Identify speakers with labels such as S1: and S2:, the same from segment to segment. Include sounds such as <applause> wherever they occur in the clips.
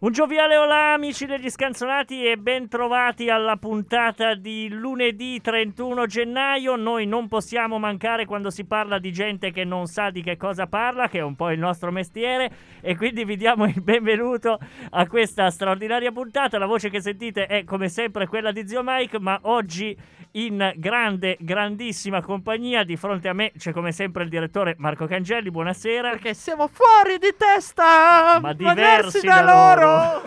S1: Un gioviale olà amici degli scanzonati e bentrovati alla puntata di lunedì 31 gennaio. Noi non possiamo mancare quando si parla di gente che non sa di che cosa parla, che è un po' il nostro mestiere e quindi vi diamo il benvenuto a questa straordinaria puntata. La voce che sentite è come sempre quella di zio Mike, ma oggi in grande, grandissima compagnia. Di fronte a me c'è come sempre il direttore Marco Cangelli, buonasera.
S2: Perché siamo fuori di testa!
S1: Ma diversi
S2: da,
S1: da
S3: <laughs>
S2: loro! <laughs>
S1: Alla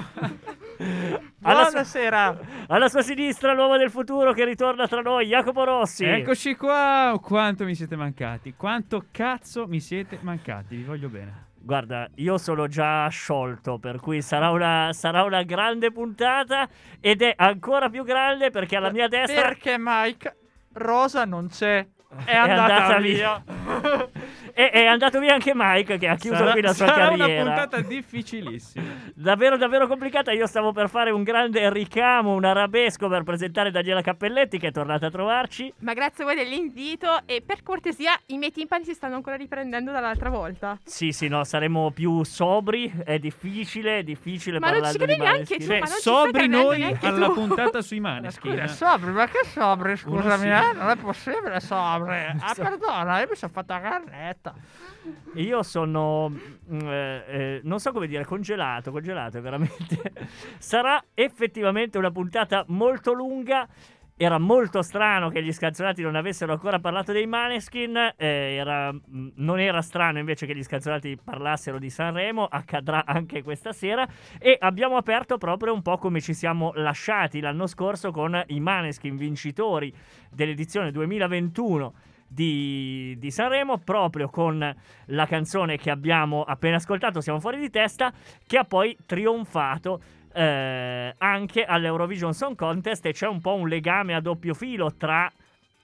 S1: su-
S2: Buonasera!
S1: Alla sua sinistra l'uomo del futuro che ritorna tra noi, Jacopo Rossi.
S3: Eccoci qua, oh, quanto mi siete mancati, quanto cazzo mi siete mancati, vi voglio bene.
S1: Guarda, io sono già sciolto, per cui sarà una, sarà una grande puntata ed è ancora più grande perché alla mia destra
S2: Perché Mike Rosa non c'è. È,
S1: è
S2: andata,
S1: via.
S2: via. <laughs>
S1: e è andato via anche Mike che ha chiuso qui la sua
S3: sarà
S1: carriera.
S3: una puntata difficilissima.
S1: Davvero, davvero complicata. Io stavo per fare un grande ricamo, un arabesco per presentare Daniela Cappelletti che è tornata a trovarci.
S4: Ma grazie a voi dell'invito e per cortesia i miei timpani si stanno ancora riprendendo dall'altra volta.
S1: Sì, sì, no, saremo più sobri. È difficile, è difficile
S4: Ma non
S1: parlare
S4: ci
S1: di
S4: credi neanche
S3: Beh,
S1: Maneskin.
S4: tu, ma non ci stai
S3: sobri
S4: credendo
S3: noi
S4: neanche
S3: alla
S2: <laughs>
S4: tu.
S3: puntata sui
S2: Ma
S3: maneskin.
S2: scusa, sobri, ma che sobri? Scusami,
S3: Uno sì.
S2: eh, non è possibile sobri. Ah, perdona, io mi sono fatta la carretta.
S1: Io sono, mm, eh, eh, non so come dire, congelato, congelato veramente. <laughs> Sarà effettivamente una puntata molto lunga. Era molto strano che gli scanzonati non avessero ancora parlato dei Maneskin. eh, era- mm, non era strano invece che gli scanzonati parlassero di Sanremo. Accadrà anche questa sera. E abbiamo aperto proprio un po' come ci siamo lasciati l'anno scorso con i Maneskin vincitori dell'edizione 2021 di, di Sanremo, proprio con la canzone che abbiamo appena ascoltato, Siamo fuori di testa, che ha poi trionfato eh, anche all'Eurovision Song Contest e c'è un po' un legame a doppio filo tra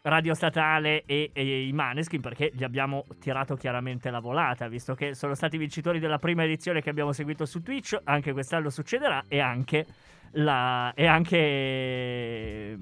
S1: Radio Statale e, e i Maneskin perché gli abbiamo tirato chiaramente la volata, visto che sono stati vincitori della prima edizione che abbiamo seguito su Twitch, anche quest'anno succederà e anche la, e anche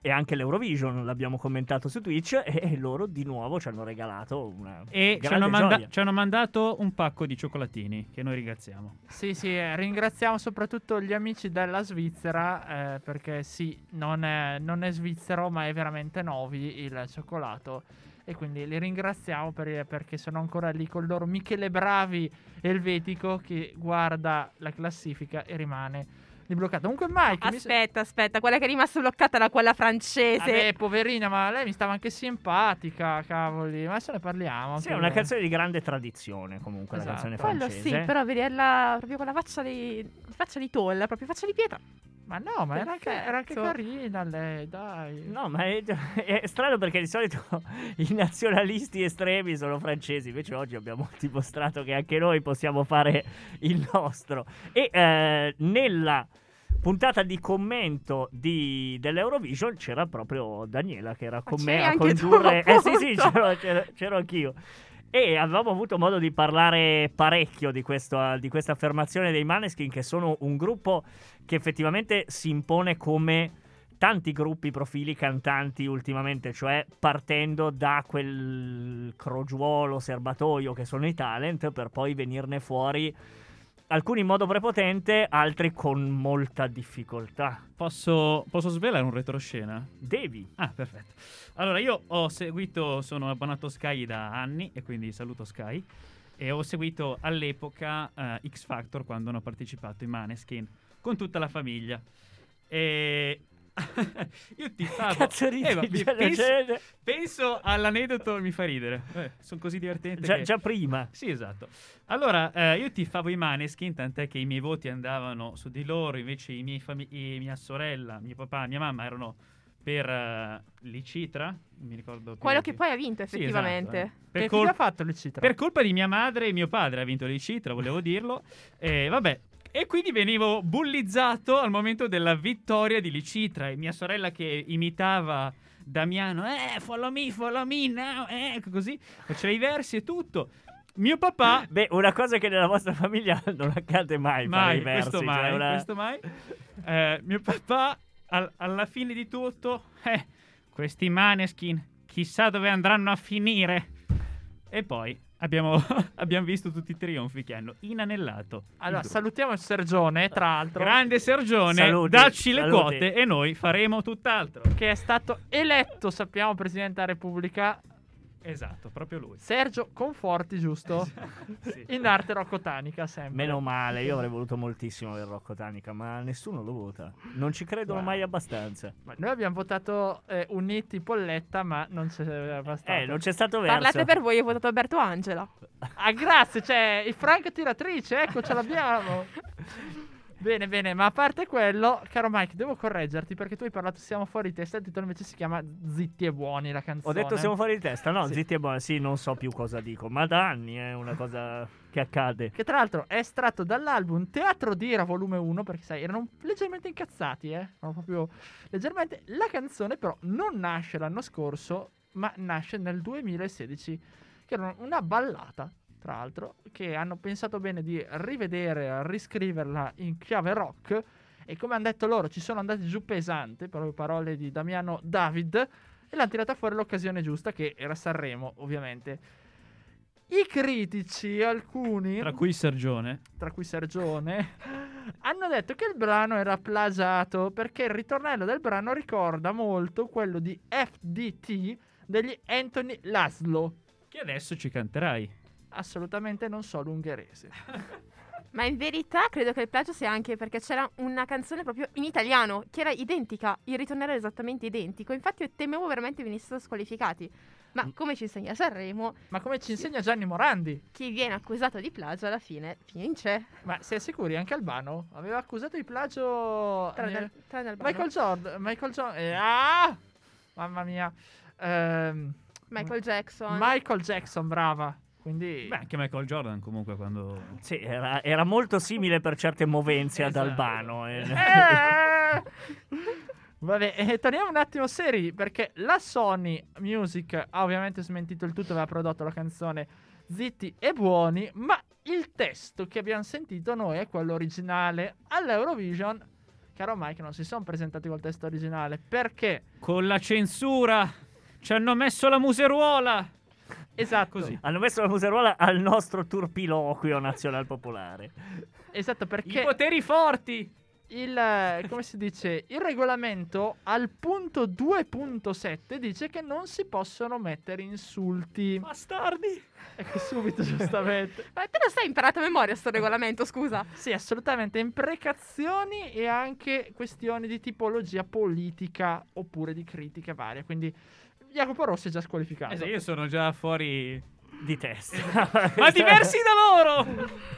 S1: e anche l'Eurovision l'abbiamo commentato su Twitch e, e loro di nuovo ci hanno regalato una
S3: E ci
S1: grande
S3: hanno, manda-
S1: gioia.
S3: ci hanno mandato un pacco di cioccolatini, che noi ringraziamo.
S2: Sì, sì, eh, ringraziamo soprattutto gli amici della Svizzera, eh, perché sì, non è, non è svizzero, ma è veramente Novi il cioccolato. E quindi li ringraziamo per- perché sono ancora lì con loro Michele Bravi elvetico che guarda la classifica e rimane lì bloccato. Comunque Mike...
S3: Ah,
S2: mi sa-
S4: Aspetta, aspetta, quella che è rimasta bloccata era quella francese.
S2: Vabbè, poverina, ma lei mi stava anche simpatica, cavoli. Ma adesso ne parliamo.
S1: Sì, è
S2: anche
S1: una
S2: noi.
S1: canzone di grande tradizione comunque la
S2: Esatto.
S1: canzone
S4: Quello
S1: francese
S4: sì, però vederla proprio con la faccia di, faccia di tolla, proprio faccia di pietra.
S2: Ma no, ma era anche, era anche
S4: Perfetto.
S2: carina lei, dai.
S4: Mm.
S1: No, ma è, è strano perché di solito <laughs> i nazionalisti estremi sono francesi, invece oggi abbiamo <laughs> dimostrato che anche noi possiamo fare il nostro. E eh, nella puntata di commento di- dell'Eurovision c'era proprio Daniela che era con
S4: c'eri
S1: me a
S4: anche tu, <laughs>
S1: condurre. eh sì, sì,
S4: appunto.
S1: c'ero, c'ero- c'ero anch'io. E avevamo avuto modo di parlare parecchio di, questo- di questa affermazione dei Maneskin, che sono un gruppo che effettivamente si impone come tanti gruppi, profili, cantanti ultimamente, cioè partendo da quel crogiuolo, serbatoio che sono i talent per poi venirne fuori alcuni in modo prepotente, altri con molta difficoltà.
S3: Posso, posso svelare un retroscena?
S1: Devi.
S3: Ah, perfetto. Allora, io ho seguito, sono abbonato Sky da anni e quindi saluto Sky. E ho seguito all'epoca eh, X Factor quando hanno partecipato i Maneskin con tutta la famiglia. E <laughs> io ti Eh,
S1: Cazzo ridi, <laughs> Cioè, già-
S3: penso,
S1: già-
S3: penso all'aneddoto, mi fa ridere. Eh, sono così divertente.
S1: Già,
S3: che-
S1: già prima.
S3: sì, esatto. Allora, eh, io tifavo i Maneskin, tant'è che i miei voti andavano su di loro, invece i miei fami- i- mia sorella, mio papà, mia mamma erano per eh, Licitra, non mi ricordo più.
S4: Quello che poi ha vinto
S3: Sì, esatto,
S4: effettivamente.
S3: eh.
S2: Che
S3: per,
S2: figlia
S3: col-
S2: ha fatto Lucitra?
S3: per colpa di mia madre e mio padre ha vinto Licitra, volevo dirlo. Eh, vabbè. E quindi venivo bullizzato al momento della vittoria di Licitra e mia sorella che imitava Damiano, eh, follow me, follow me now, eh, così, faceva i versi e tutto. Mio papà
S1: Beh, una cosa che nella vostra <laughs> famiglia non accade mai, fare i versi,
S3: questo
S1: cioè
S3: mai,
S1: una-
S3: questo mai. Eh, mio papà al- alla fine di tutto, eh, questi maneskin, chissà dove andranno a finire. E poi abbiamo, <laughs> abbiamo visto tutti i trionfi che hanno inanellato. il
S2: Allora,
S3: gruppo.
S2: salutiamo il Sergione,
S1: Eh,
S2: tra l'altro,
S3: Grande Sergione,
S1: Saluti,
S3: dacci le
S1: saluti.
S3: quote e noi faremo tutt'altro.
S2: che è stato eletto, sappiamo, Presidente della Repubblica,
S3: Esatto, proprio
S1: <laughs>
S3: lui.
S2: Sergio Conforti, giusto?
S3: Sì.
S2: In arte rocotanica, sempre.
S1: Meno male, io avrei voluto moltissimo del Rocco Tanica, ma nessuno lo vota. Non ci credono
S2: Wow.
S1: mai abbastanza.
S2: Ma Noi abbiamo votato eh, Uniti Polletta, ma non c'è abbastanza.
S1: Eh, non c'è stato verso.
S4: Parlate per voi, ho votato Alberto Angela.
S2: Ah, grazie, c'è il Frank tiratrice, ecco,
S1: <laughs>
S2: ce l'abbiamo. bene, bene, ma a parte quello, caro Mike, devo correggerti perché tu hai parlato Siamo fuori di testa, il titolo invece si chiama Zitti e buoni la
S1: Ho
S2: canzone.
S1: detto siamo fuori di testa, no,
S2: Sì.
S1: zitti e buoni, sì, non so più cosa dico, ma da anni è una cosa che accade.
S2: Che tra l'altro è estratto dall'album Teatro d'Ira volume 1, perché sai, erano leggermente incazzati, eh? Erano proprio leggermente. La canzone però non nasce l'anno scorso, ma nasce nel 2016, che era una ballata, tra l'altro, che hanno pensato bene di rivedere, riscriverla in chiave rock. E come hanno detto loro, ci sono andati giù pesante, proprio parole di Damiano David, e l'hanno tirata fuori l'occasione giusta, che era Sanremo, ovviamente. I critici, alcuni,
S3: Tra cui Sergione.
S2: tra cui Sergione, hanno detto che il brano era plagiato perché il ritornello del brano ricorda molto quello di FDT degli Anthony Laszlo.
S3: Che adesso ci canterai.
S2: Assolutamente non so l'ungherese.
S4: Ma in verità credo che il plagio sia anche perché c'era una canzone proprio in italiano che era identica, il ritornello era esattamente identico. Infatti io temevo veramente venissero squalificati.
S3: Mm.
S4: Ma come ci insegna Sanremo,
S2: Ma come ci insegna Gianni Morandi?
S4: chi viene accusato di plagio alla fine vince.
S2: Ma siete sicuri? Anche Albano aveva accusato di plagio...
S1: Eh.
S4: Tranne, tranne Albano.
S2: Michael Jordan. Michael Jordan. ah! Mamma mia. Ehm,
S4: Michael Jackson.
S2: Michael Jackson, brava. Quindi...
S3: Beh, anche Michael Jordan comunque quando...
S1: Sì, era, era molto simile per certe movenze
S3: Esatto.
S1: ad Albano. eh.
S2: Eh! Vabbè, eh, torniamo un attimo seri perché la Sony Music ha ovviamente smentito il tutto, aveva prodotto la canzone Zitti e Buoni, ma il testo che abbiamo sentito noi è quello originale all'Eurovision. Caro Mike, non si sono presentati col testo originale perché,
S3: Con la censura! Ci hanno messo la museruola!
S2: esatto,
S3: Così.
S1: Hanno messo la museruola al nostro turpiloquio nazionalpopolare.
S2: esatto
S3: I
S2: perché
S3: poteri forti!
S2: il, eh, come si dice, il regolamento al punto 2.7 dice che non si possono mettere insulti.
S3: Bastardi!
S2: Ecco subito, giustamente.
S4: Ma te lo sei imparato a memoria sto regolamento, scusa.
S2: Sì, assolutamente. Imprecazioni e anche questioni di tipologia politica oppure di critiche varie. Quindi Jacopo Rossi è già
S1: Eh
S2: squalificato.
S3: Cioè, io sono già fuori...
S1: Di testa.
S3: Ma diversi
S1: <laughs>
S3: da loro!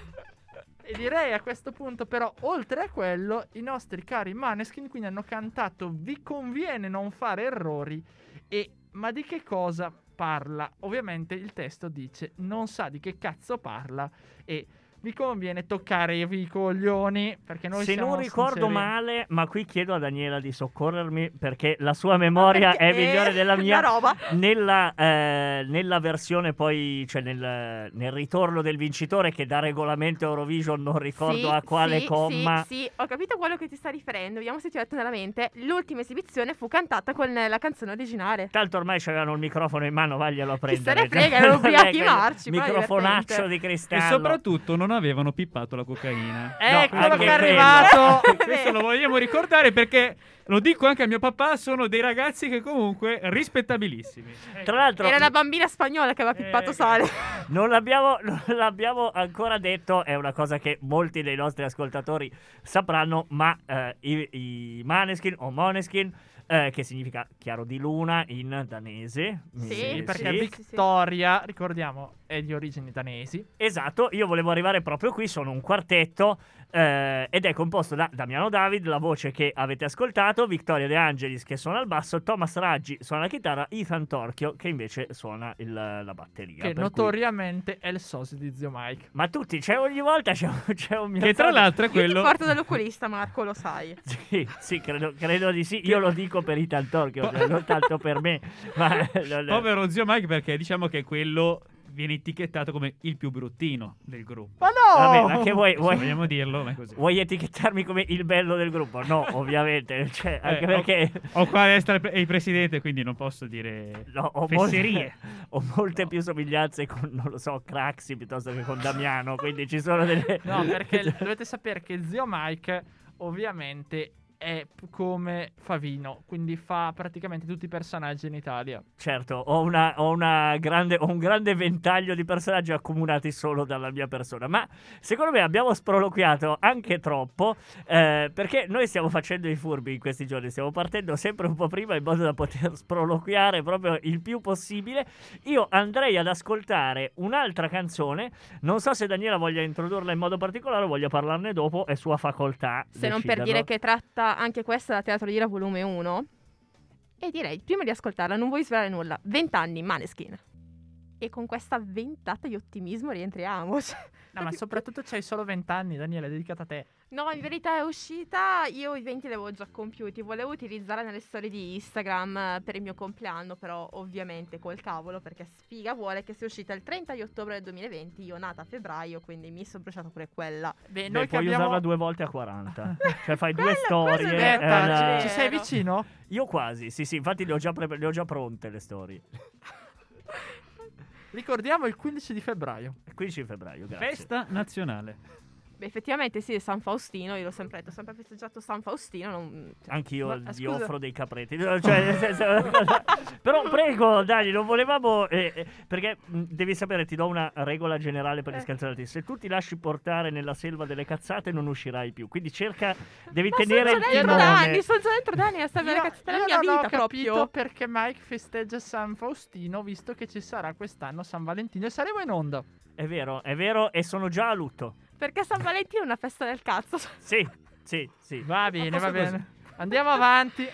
S2: E direi a questo punto, però, oltre a quello, i nostri cari Maneskin quindi hanno cantato Vi conviene non fare errori. E ma di che cosa parla? Ovviamente il testo dice non sa di che cazzo parla e vi conviene toccare i coglioni perché noi
S1: Se
S2: siamo
S1: non ricordo
S2: sinceri.
S1: male, ma qui chiedo a Daniela di soccorrermi perché la sua memoria è
S4: Perché-
S1: migliore della
S4: una
S1: mia.
S4: roba.
S1: Nella, eh, nella versione poi, cioè nel, nel ritorno del vincitore che da regolamento Eurovision non ricordo
S4: Sì,
S1: a quale
S4: sì,
S1: comma.
S4: Sì, sì, ho capito quello che ti sta riferendo. Vediamo se ti ho detto nella mente. L'ultima esibizione fu cantata con la canzone originale.
S1: Tanto ormai c'avevano il microfono in mano, vaglielo a prendere.
S4: ne frega,
S1: <laughs>
S4: erano
S1: Cioè,
S4: ubriachi
S1: quel
S4: marci, poi è
S1: Microfonaccio
S4: divertente.
S1: di
S3: E
S1: cristallo.
S3: soprattutto non avevano pippato la
S4: <laughs>
S3: cocaina.
S2: Eccolo
S1: anche
S2: che è
S1: quello.
S4: Oh,
S2: arrivato!
S1: <laughs>
S3: Questo lo vogliamo ricordare perché, lo dico anche a mio papà, sono dei ragazzi che comunque rispettabilissimi.
S1: Tra l'altro,
S4: Era una bambina spagnola che aveva pippato
S3: Eh,
S4: sale.
S1: non l'abbiamo, <laughs> non l'abbiamo ancora detto, è una cosa che molti dei nostri ascoltatori sapranno, ma eh, i, i Maneskin o Moneskin, eh, che significa chiaro di luna in danese.
S4: Sì,
S2: Sì,
S4: Eh,
S2: perché
S4: sì.
S2: Victoria, ricordiamo, è di origini danesi.
S1: Esatto, io volevo arrivare proprio qui, sono un quartetto eh, ed è composto da Damiano David, la voce che avete ascoltato, Vittoria De Angelis che suona il basso, Thomas Raggi suona la chitarra, Ethan Torchio che invece suona il- la batteria.
S2: che
S1: per
S2: notoriamente è il socio di zio Mike.
S1: cui- Ma tutti, c'è ogni volta c'è, un- c'è un mio...
S3: Che tra l'altro è
S4: Io <laughs> ti
S3: quello...
S4: porto dall'oculista, Marco, lo sai.
S1: Sì, sì, credo, credo di sì, io lo dico per
S3: <laughs>
S1: Ethan Torchio, cioè, non tanto per me, ma...
S3: Povero zio Mike perché diciamo che è quello viene etichettato come il più bruttino del gruppo.
S2: Ma no!
S1: Vabbè, ma che vuoi,
S3: Se
S1: vuoi-
S3: vogliamo dirlo, ma è così.
S1: vuoi etichettarmi come il bello del gruppo? No, ovviamente, cioè,
S3: Eh,
S1: anche
S3: ho-
S1: perché...
S3: Ho, qua a destra il, pre- il presidente, quindi non posso dire
S1: No, ho molte,
S4: <laughs>
S3: fesserie.
S1: <laughs> ho molte
S3: No.
S1: più somiglianze con, non lo so, Craxi piuttosto che con Damiano, quindi ci sono delle... <laughs>
S2: No, perché dovete sapere che zio Mike, ovviamente, è p- come Favino, quindi fa praticamente tutti i personaggi in Italia.
S1: Certo, ho, una- ho una grande- ho un grande ventaglio di personaggi accomunati solo dalla mia persona, ma secondo me abbiamo sproloquiato anche troppo eh, perché noi stiamo facendo i furbi in questi giorni, stiamo partendo sempre un po' prima in modo da poter <laughs> sproloquiare proprio il più possibile. Io andrei ad ascoltare un'altra canzone, non so se Daniela voglia introdurla in modo particolare o voglia parlarne dopo, è sua facoltà.
S4: Se non per
S1: decidano.
S4: dire che tratta anche questa da Teatro Lira volume 1. E direi, prima di ascoltarla, non vuoi svelare nulla. 20 anni, Maneskin. E con questa ventata di ottimismo rientriamo. <laughs> cioè.
S2: No, ma soprattutto c'hai solo 20 anni, Daniele, è dedicata a te.
S4: No, in verità è uscita, io i 20 li avevo già compiuti, volevo utilizzarla nelle storie di Instagram eh, per il mio compleanno, però ovviamente col cavolo, perché sfiga vuole che sia uscita il 30 di ottobre del 2020, io nata a febbraio, quindi mi sono bruciata pure quella.
S2: Beh,
S1: Beh,
S2: noi che
S1: puoi
S2: abbiamo...
S1: usarla due volte a 40. cioè
S4: <laughs>
S1: fai due
S4: Quello- quello è
S1: storie. eh,
S4: vero.
S1: è
S2: Aspetta,
S1: una-
S4: Vero.
S2: ci, ci sei vicino?
S1: Io quasi, sì, sì, infatti le ho già, pre- le ho già pronte le storie.
S2: Ricordiamo il 15 di febbraio.
S1: 15 febbraio, grazie.
S3: Festa nazionale.
S4: Beh, effettivamente sì, è San Faustino, io l'ho sempre detto, ho sempre festeggiato San Faustino, non... cioè,
S1: Anch'io
S2: Ma,
S1: gli
S2: scusa.
S1: offro dei capretti. No, cioè, nel senso- <laughs> però prego, Dani, non volevamo. eh, eh, perché mh, devi sapere, ti do una regola generale per gli
S4: Eh.
S1: scanzonati. Se tu ti lasci portare nella selva delle cazzate, non uscirai più. Quindi cerca, devi
S4: Ma
S1: tenere il
S4: sono già dentro da anni,
S1: timone.
S4: sono già dentro da anni a stare la cazzata della mia
S2: non ho
S4: vita
S2: capito
S4: proprio.
S2: perché Mike festeggia San Faustino, visto che ci sarà quest'anno San Valentino e saremo in onda.
S1: È vero, è vero, e sono già a lutto.
S4: Perché San Valentino è una festa del cazzo.
S1: Sì, sì, sì.
S2: Va bene,
S3: posto
S2: va bene. Andiamo <laughs> avanti.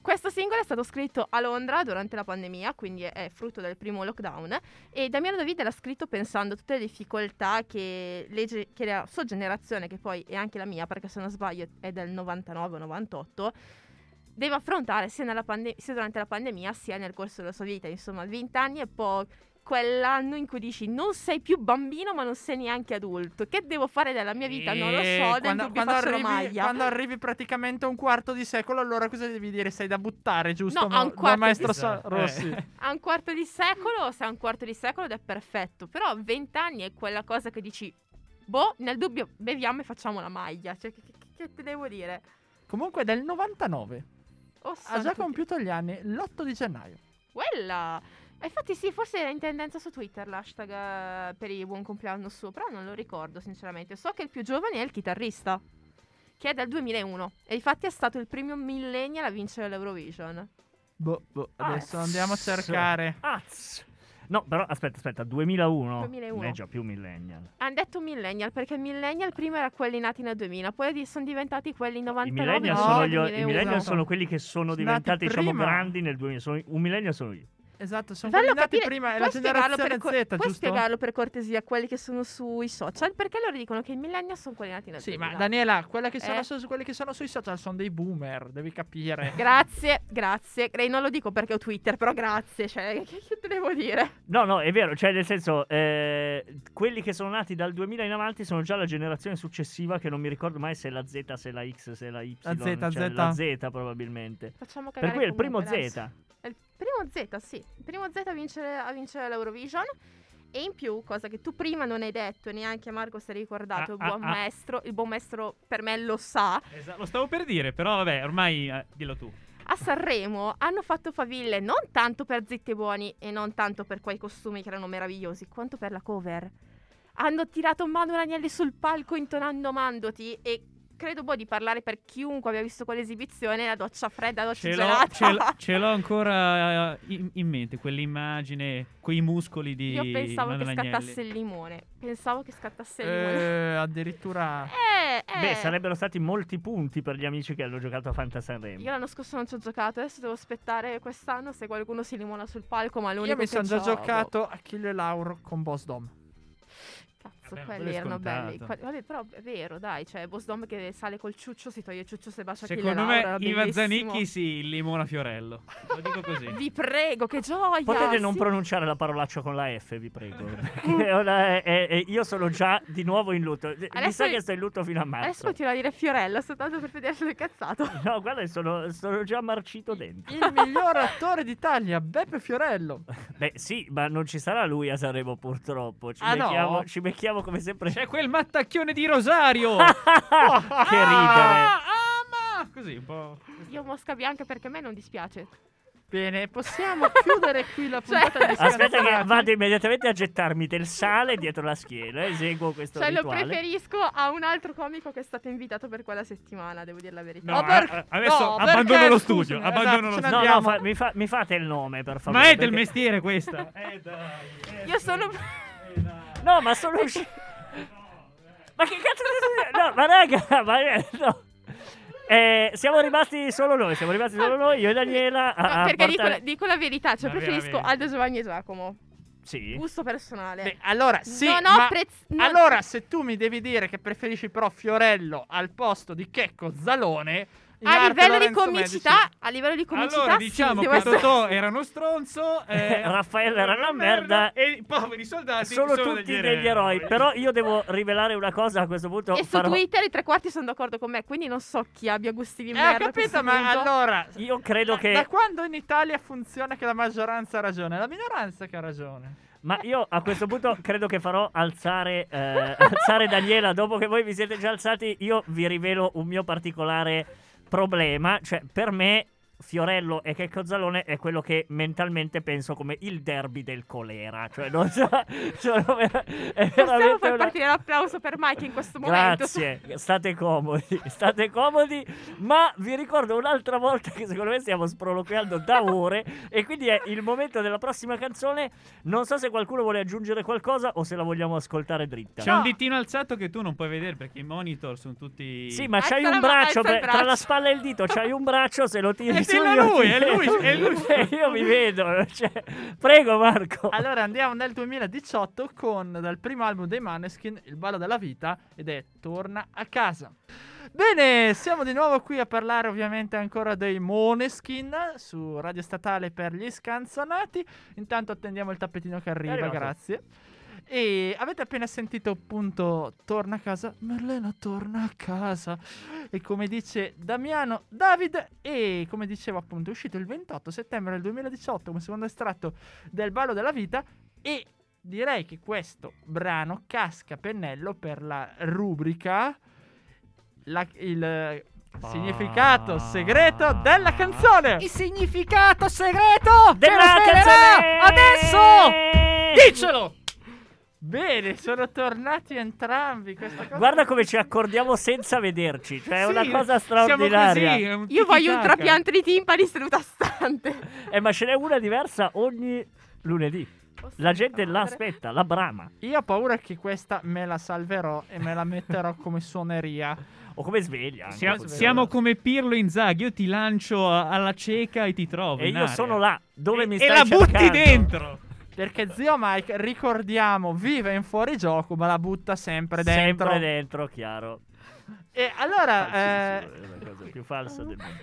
S4: Questo singolo è stato scritto a Londra durante la pandemia, quindi è- è frutto del primo lockdown. E Damiano Davide l'ha scritto pensando a tutte le difficoltà che, le ge- che la sua generazione, che poi è anche la mia, perché se non sbaglio è del 99 o 98, deve affrontare sia, nella pande- sia durante la pandemia sia nel corso della sua vita. Insomma, 20 anni è po' quell'anno in cui dici non sei più bambino ma non sei neanche adulto. Che devo fare della mia vita? Non lo
S2: Eh,
S4: so,
S2: quando,
S4: dentro mi
S2: quando
S4: faccio la
S2: arrivi,
S4: maglia.
S2: quando arrivi praticamente a un quarto di secolo, allora cosa devi dire? Sei da buttare, giusto?
S4: No, a un
S2: ma-
S4: quarto di
S2: maestro
S3: secolo.
S2: Sa- Rossi.
S3: Eh.
S4: a un quarto di secolo, se a un quarto di secolo ed è perfetto, però a 20 anni è quella cosa che dici, boh, nel dubbio beviamo e facciamo la maglia, cioè che, che- che te devo dire?
S2: <laughs> Comunque è del 99.
S4: Oh,
S2: Ha
S4: santo
S2: già
S4: Dio.
S2: compiuto gli anni l'8 di gennaio.
S4: Quella! E Infatti sì, forse era in tendenza su Twitter l'hashtag eh, per il buon compleanno suo, però non lo ricordo sinceramente. So che il più giovane è il chitarrista, che è del 2001 e infatti è stato il primo millennial a vincere l'Eurovision.
S2: Boh, boh,
S1: Ah,
S2: adesso andiamo a
S1: so-
S2: cercare.
S1: Azz. No, però aspetta, aspetta, 2001.
S4: 2001.
S1: Non è già più millennial.
S4: Hanno detto millennial perché millennial prima era quelli nati nel 2000, poi di- sono diventati quelli 99
S1: I millennial,
S2: no,
S1: sono,
S4: nel
S1: gli- i
S4: 2001.
S1: millennial
S2: Esatto.
S1: sono quelli che sono
S2: Nati
S1: diventati, diciamo,
S2: prima.
S1: grandi nel 2000. Sono- un millennial sono io.
S2: Esatto, sono
S4: Fallo
S2: quelli nati
S4: capire-
S2: prima, è la
S4: puoi spiegarlo
S2: generazione
S4: per co-
S2: Z,
S4: Puoi
S2: giusto?
S4: spiegarlo per cortesia a quelli che sono sui social? Perché loro dicono che i millennial sono quelli nati nel
S2: Sì,
S4: 2000.
S2: ma Daniela, quella che sono
S4: Eh?
S2: su- quelli che sono sui social sono dei boomer, devi
S4: <laughs>
S2: capire.
S4: Grazie, grazie. Lei non lo dico perché ho Twitter, però grazie. Cioè, <laughs> che, che te devo dire?
S1: No, no, è vero, cioè nel senso, eh, quelli che sono nati dal 2000 in avanti sono già la generazione successiva che non mi ricordo mai se è la Z, se è la X, se è la Y,
S2: La Z,
S1: cioè
S2: Z.
S1: la Z probabilmente.
S4: Facciamo
S1: Per
S4: cagare
S1: cui è il primo
S4: comunque, dai.
S1: Z.
S4: È il primo Z, sì. Il primo Z a vincere, a vincere l'Eurovision. E in più, cosa che tu prima non hai detto, e neanche Marco si è
S3: Ah,
S4: ricordato, il buon
S3: ah, ah.
S4: maestro, il buon maestro per me lo sa,
S3: Esatto, lo stavo per dire, però vabbè, ormai eh, dillo tu.
S4: A Sanremo hanno fatto faville non tanto per zitti e buoni e non tanto per quei costumi che erano meravigliosi, quanto per la cover. Hanno tirato Manu Ragnelli sul palco intonando Mandoti e credo boh di parlare per chiunque abbia visto quell'esibizione, la doccia fredda, la doccia
S3: Ce l'ho,
S4: gelata.
S3: ce l'ho- ce
S4: <laughs>
S3: l'ho ancora eh, in, in mente quell'immagine, quei muscoli di
S4: Io pensavo che
S3: Manuel Agnelli.
S4: scattasse il limone, pensavo che scattasse il limone.
S2: Eh, <laughs> addirittura
S4: Eh, eh.
S1: Beh, sarebbero stati molti punti per gli amici che hanno giocato a Fanta Sanremo.
S4: Io l'anno scorso non ci ho giocato, adesso devo aspettare quest'anno se qualcuno si limona sul palco, ma l'unico
S2: io mi
S4: che
S2: sono già
S4: c'ho-
S2: giocato Achille Lauro con Boss Dom.
S4: Cazzo. cazzo,
S3: Vabbè, ma quello
S4: quelli
S3: è
S4: erano belli.
S3: scontato.
S4: Que- vabbè, però è vero, dai, cioè Bosdom che sale col ciuccio, si toglie il ciuccio, se bacia Achille
S3: Secondo
S4: Laura,
S3: me
S4: era
S3: Iva
S4: bellissimo.
S3: Zanicchi si limona Fiorello. Lo dico così.
S4: <laughs> Vi prego, che gioia!
S1: Potete non
S4: sì.
S1: pronunciare la parolaccia con la F, vi prego. Perché è una- è- è- io sono già di nuovo in lutto. Mi
S4: Adesso-
S1: sa che sto in lutto fino a
S4: Adesso
S1: marzo.
S4: continua a dire Fiorello, soltanto per vedere se è cazzato.
S1: No, guarda, sono, sono già marcito dentro.
S2: Il
S4: <laughs>
S2: miglior attore d'Italia, Beppe Fiorello.
S1: Beh, sì, ma non ci sarà lui a Sanremo, purtroppo. Ci,
S3: Ah, no?
S1: becchiamo, ci becchiamo come sempre. <laughs>
S3: C'è quel mattacchione di
S4: <laughs>
S3: Rosario!
S4: Ah,
S1: che ridere.
S3: Ah, ah, ma- Così un po'.
S4: Io Mosca Bianca perché a me non dispiace.
S2: Bene, possiamo chiudere qui la
S4: <laughs> Cioè-
S2: puntata di
S1: Aspetta che
S2: Scandiati?
S1: vado immediatamente a gettarmi del sale dietro la schiena. Eseguo questo
S4: Cioè, lo
S1: rituale.
S4: preferisco a un altro comico che è stato invitato per quella settimana, devo dire la verità.
S3: No,
S2: Ma per-
S3: a- a- adesso
S2: no, perché,
S3: abbandono lo studio,
S2: scusami,
S3: abbandono
S2: esatto,
S3: lo
S2: ce ne
S1: No,
S3: studio.
S1: no,
S2: andiamo.
S1: fa- mi, fa- mi fate il nome, per favore.
S3: Ma è del
S1: perché-
S3: mestiere
S4: <laughs>
S3: questa. eh dai. Eh,
S4: Io sono.
S1: No, ma sono uscito. ma che cazzo di- No, ma raga, <laughs> ma eh, no. Eh, siamo rimasti solo noi, siamo rimasti solo noi, io e Daniela.
S4: No,
S1: A, a
S4: Ah. perché dico,
S1: portare-
S4: la- dico la verità, cioè
S3: La vera
S4: preferisco
S3: verità.
S4: Aldo Giovanni e Giacomo.
S1: Sì.
S4: Gusto personale.
S2: Beh, allora, sì,
S4: Non ho
S2: ma-
S4: prez- non-
S2: allora se tu mi devi dire che preferisci però Fiorello al posto di Checco Zalone, in
S4: a
S2: arte
S4: livello di
S2: Lorenzo
S4: comicità,
S2: Medici-
S4: a livello di comicità,
S3: Allora,
S4: sì,
S3: diciamo
S4: devo
S3: che
S1: <laughs>
S4: essere-
S3: Totò era uno stronzo. eh,
S2: <laughs>
S1: Raffaella era una merda.
S3: E i poveri soldati
S1: Sono
S3: sono
S1: tutti Ah, degli eroi,
S2: Eh,
S1: però io devo rivelare una cosa a questo punto.
S4: E su
S1: farò-
S4: Twitter i tre quarti sono d'accordo con me, quindi non so chi abbia gusti di
S2: Eh,
S4: merda.
S2: ho
S4: a questo
S2: capito, ma
S4: punto.
S2: allora...
S1: Io credo
S2: da- Da
S1: che.
S2: quando in Italia funziona che la maggioranza ha ragione? È la minoranza che ha ragione.
S1: Ma io a questo punto credo che farò alzare, eh, alzare Daniela. Dopo che voi vi siete già alzati, io vi rivelo un mio particolare problema. Cioè, per me, Fiorello e Checco Zalone è quello che mentalmente penso come il derby del colera. Cioè, non so. <laughs> sono vera- è
S4: Possiamo
S1: veramente
S4: far
S1: una-
S4: partire l'applauso per Mike in questo momento.
S1: Grazie, state comodi, <laughs> state comodi, ma vi ricordo un'altra volta che secondo me stiamo sproloquiando
S4: <laughs>
S1: da ore e quindi è il momento della prossima canzone, non so se qualcuno vuole aggiungere qualcosa o se la vogliamo ascoltare dritta.
S3: C'è un ditino alzato che tu non puoi vedere perché i monitor sono tutti.
S1: Sì, ma
S4: Alza
S1: c'hai
S4: la
S1: un
S4: ma-
S1: braccio,
S4: alza il
S1: per- tra la
S4: braccio.
S1: spalla e il dito, c'hai un braccio, se lo tiri
S3: Eh,
S1: su
S3: dillo a
S1: io
S3: lui,
S1: ti
S3: è lui,
S1: vedo.
S3: è lui.
S1: <laughs> Eh, io mi vedo, cioè, prego Marco.
S2: Allora andiamo nel 2018 con dal primo album dei Maneskin, Il ballo della vita, ed è Torna a casa. Bene, siamo di nuovo qui a parlare ovviamente ancora dei Moneskin su Radio Statale per gli scanzonati. Intanto attendiamo il tappetino che arriva,
S1: arrivato.
S2: grazie. E avete appena sentito appunto Torna a casa, Merlena torna a casa. E come dice Damiano David, e come dicevo appunto, è uscito il 28 settembre del 2018 come secondo estratto del ballo della vita. E direi che questo brano casca a pennello per la rubrica la- il eh,
S1: Ah.
S2: significato segreto della canzone.
S5: Il significato segreto ce lo
S1: Della
S5: svelerà
S1: canzone!
S5: adesso! Diccelo!
S2: Bene, sono tornati entrambi. Questa cosa
S1: Guarda come ci accordiamo senza vederci, cioè è
S3: Sì,
S1: una cosa
S3: Siamo
S1: straordinaria.
S3: così, è un
S4: Io voglio un
S3: tiki-taka.
S4: trapianto di timpani seduta
S2: <laughs>
S4: stante.
S1: Eh, ma ce n'è una diversa ogni lunedì. La gente l'aspetta, la brama.
S2: Io ho paura che questa me la salverò e me la metterò come suoneria.
S1: O come sveglia. anche,
S3: Siamo,
S1: funziona.
S3: siamo come Pirlo Inzaghi, io ti lancio a- alla cieca e ti trovo.
S1: E
S3: in
S1: io
S3: aria.
S1: sono là, dove
S3: E-
S1: mi
S3: E
S1: stai
S3: la butti
S1: cercando.
S3: dentro.
S2: Perché zio Mike, ricordiamo, vive in fuorigioco, ma la butta sempre dentro.
S1: Sempre dentro, chiaro.
S2: E
S3: Ah,
S2: allora, eh,
S1: Falsissimo, è la cosa più falsa del mondo.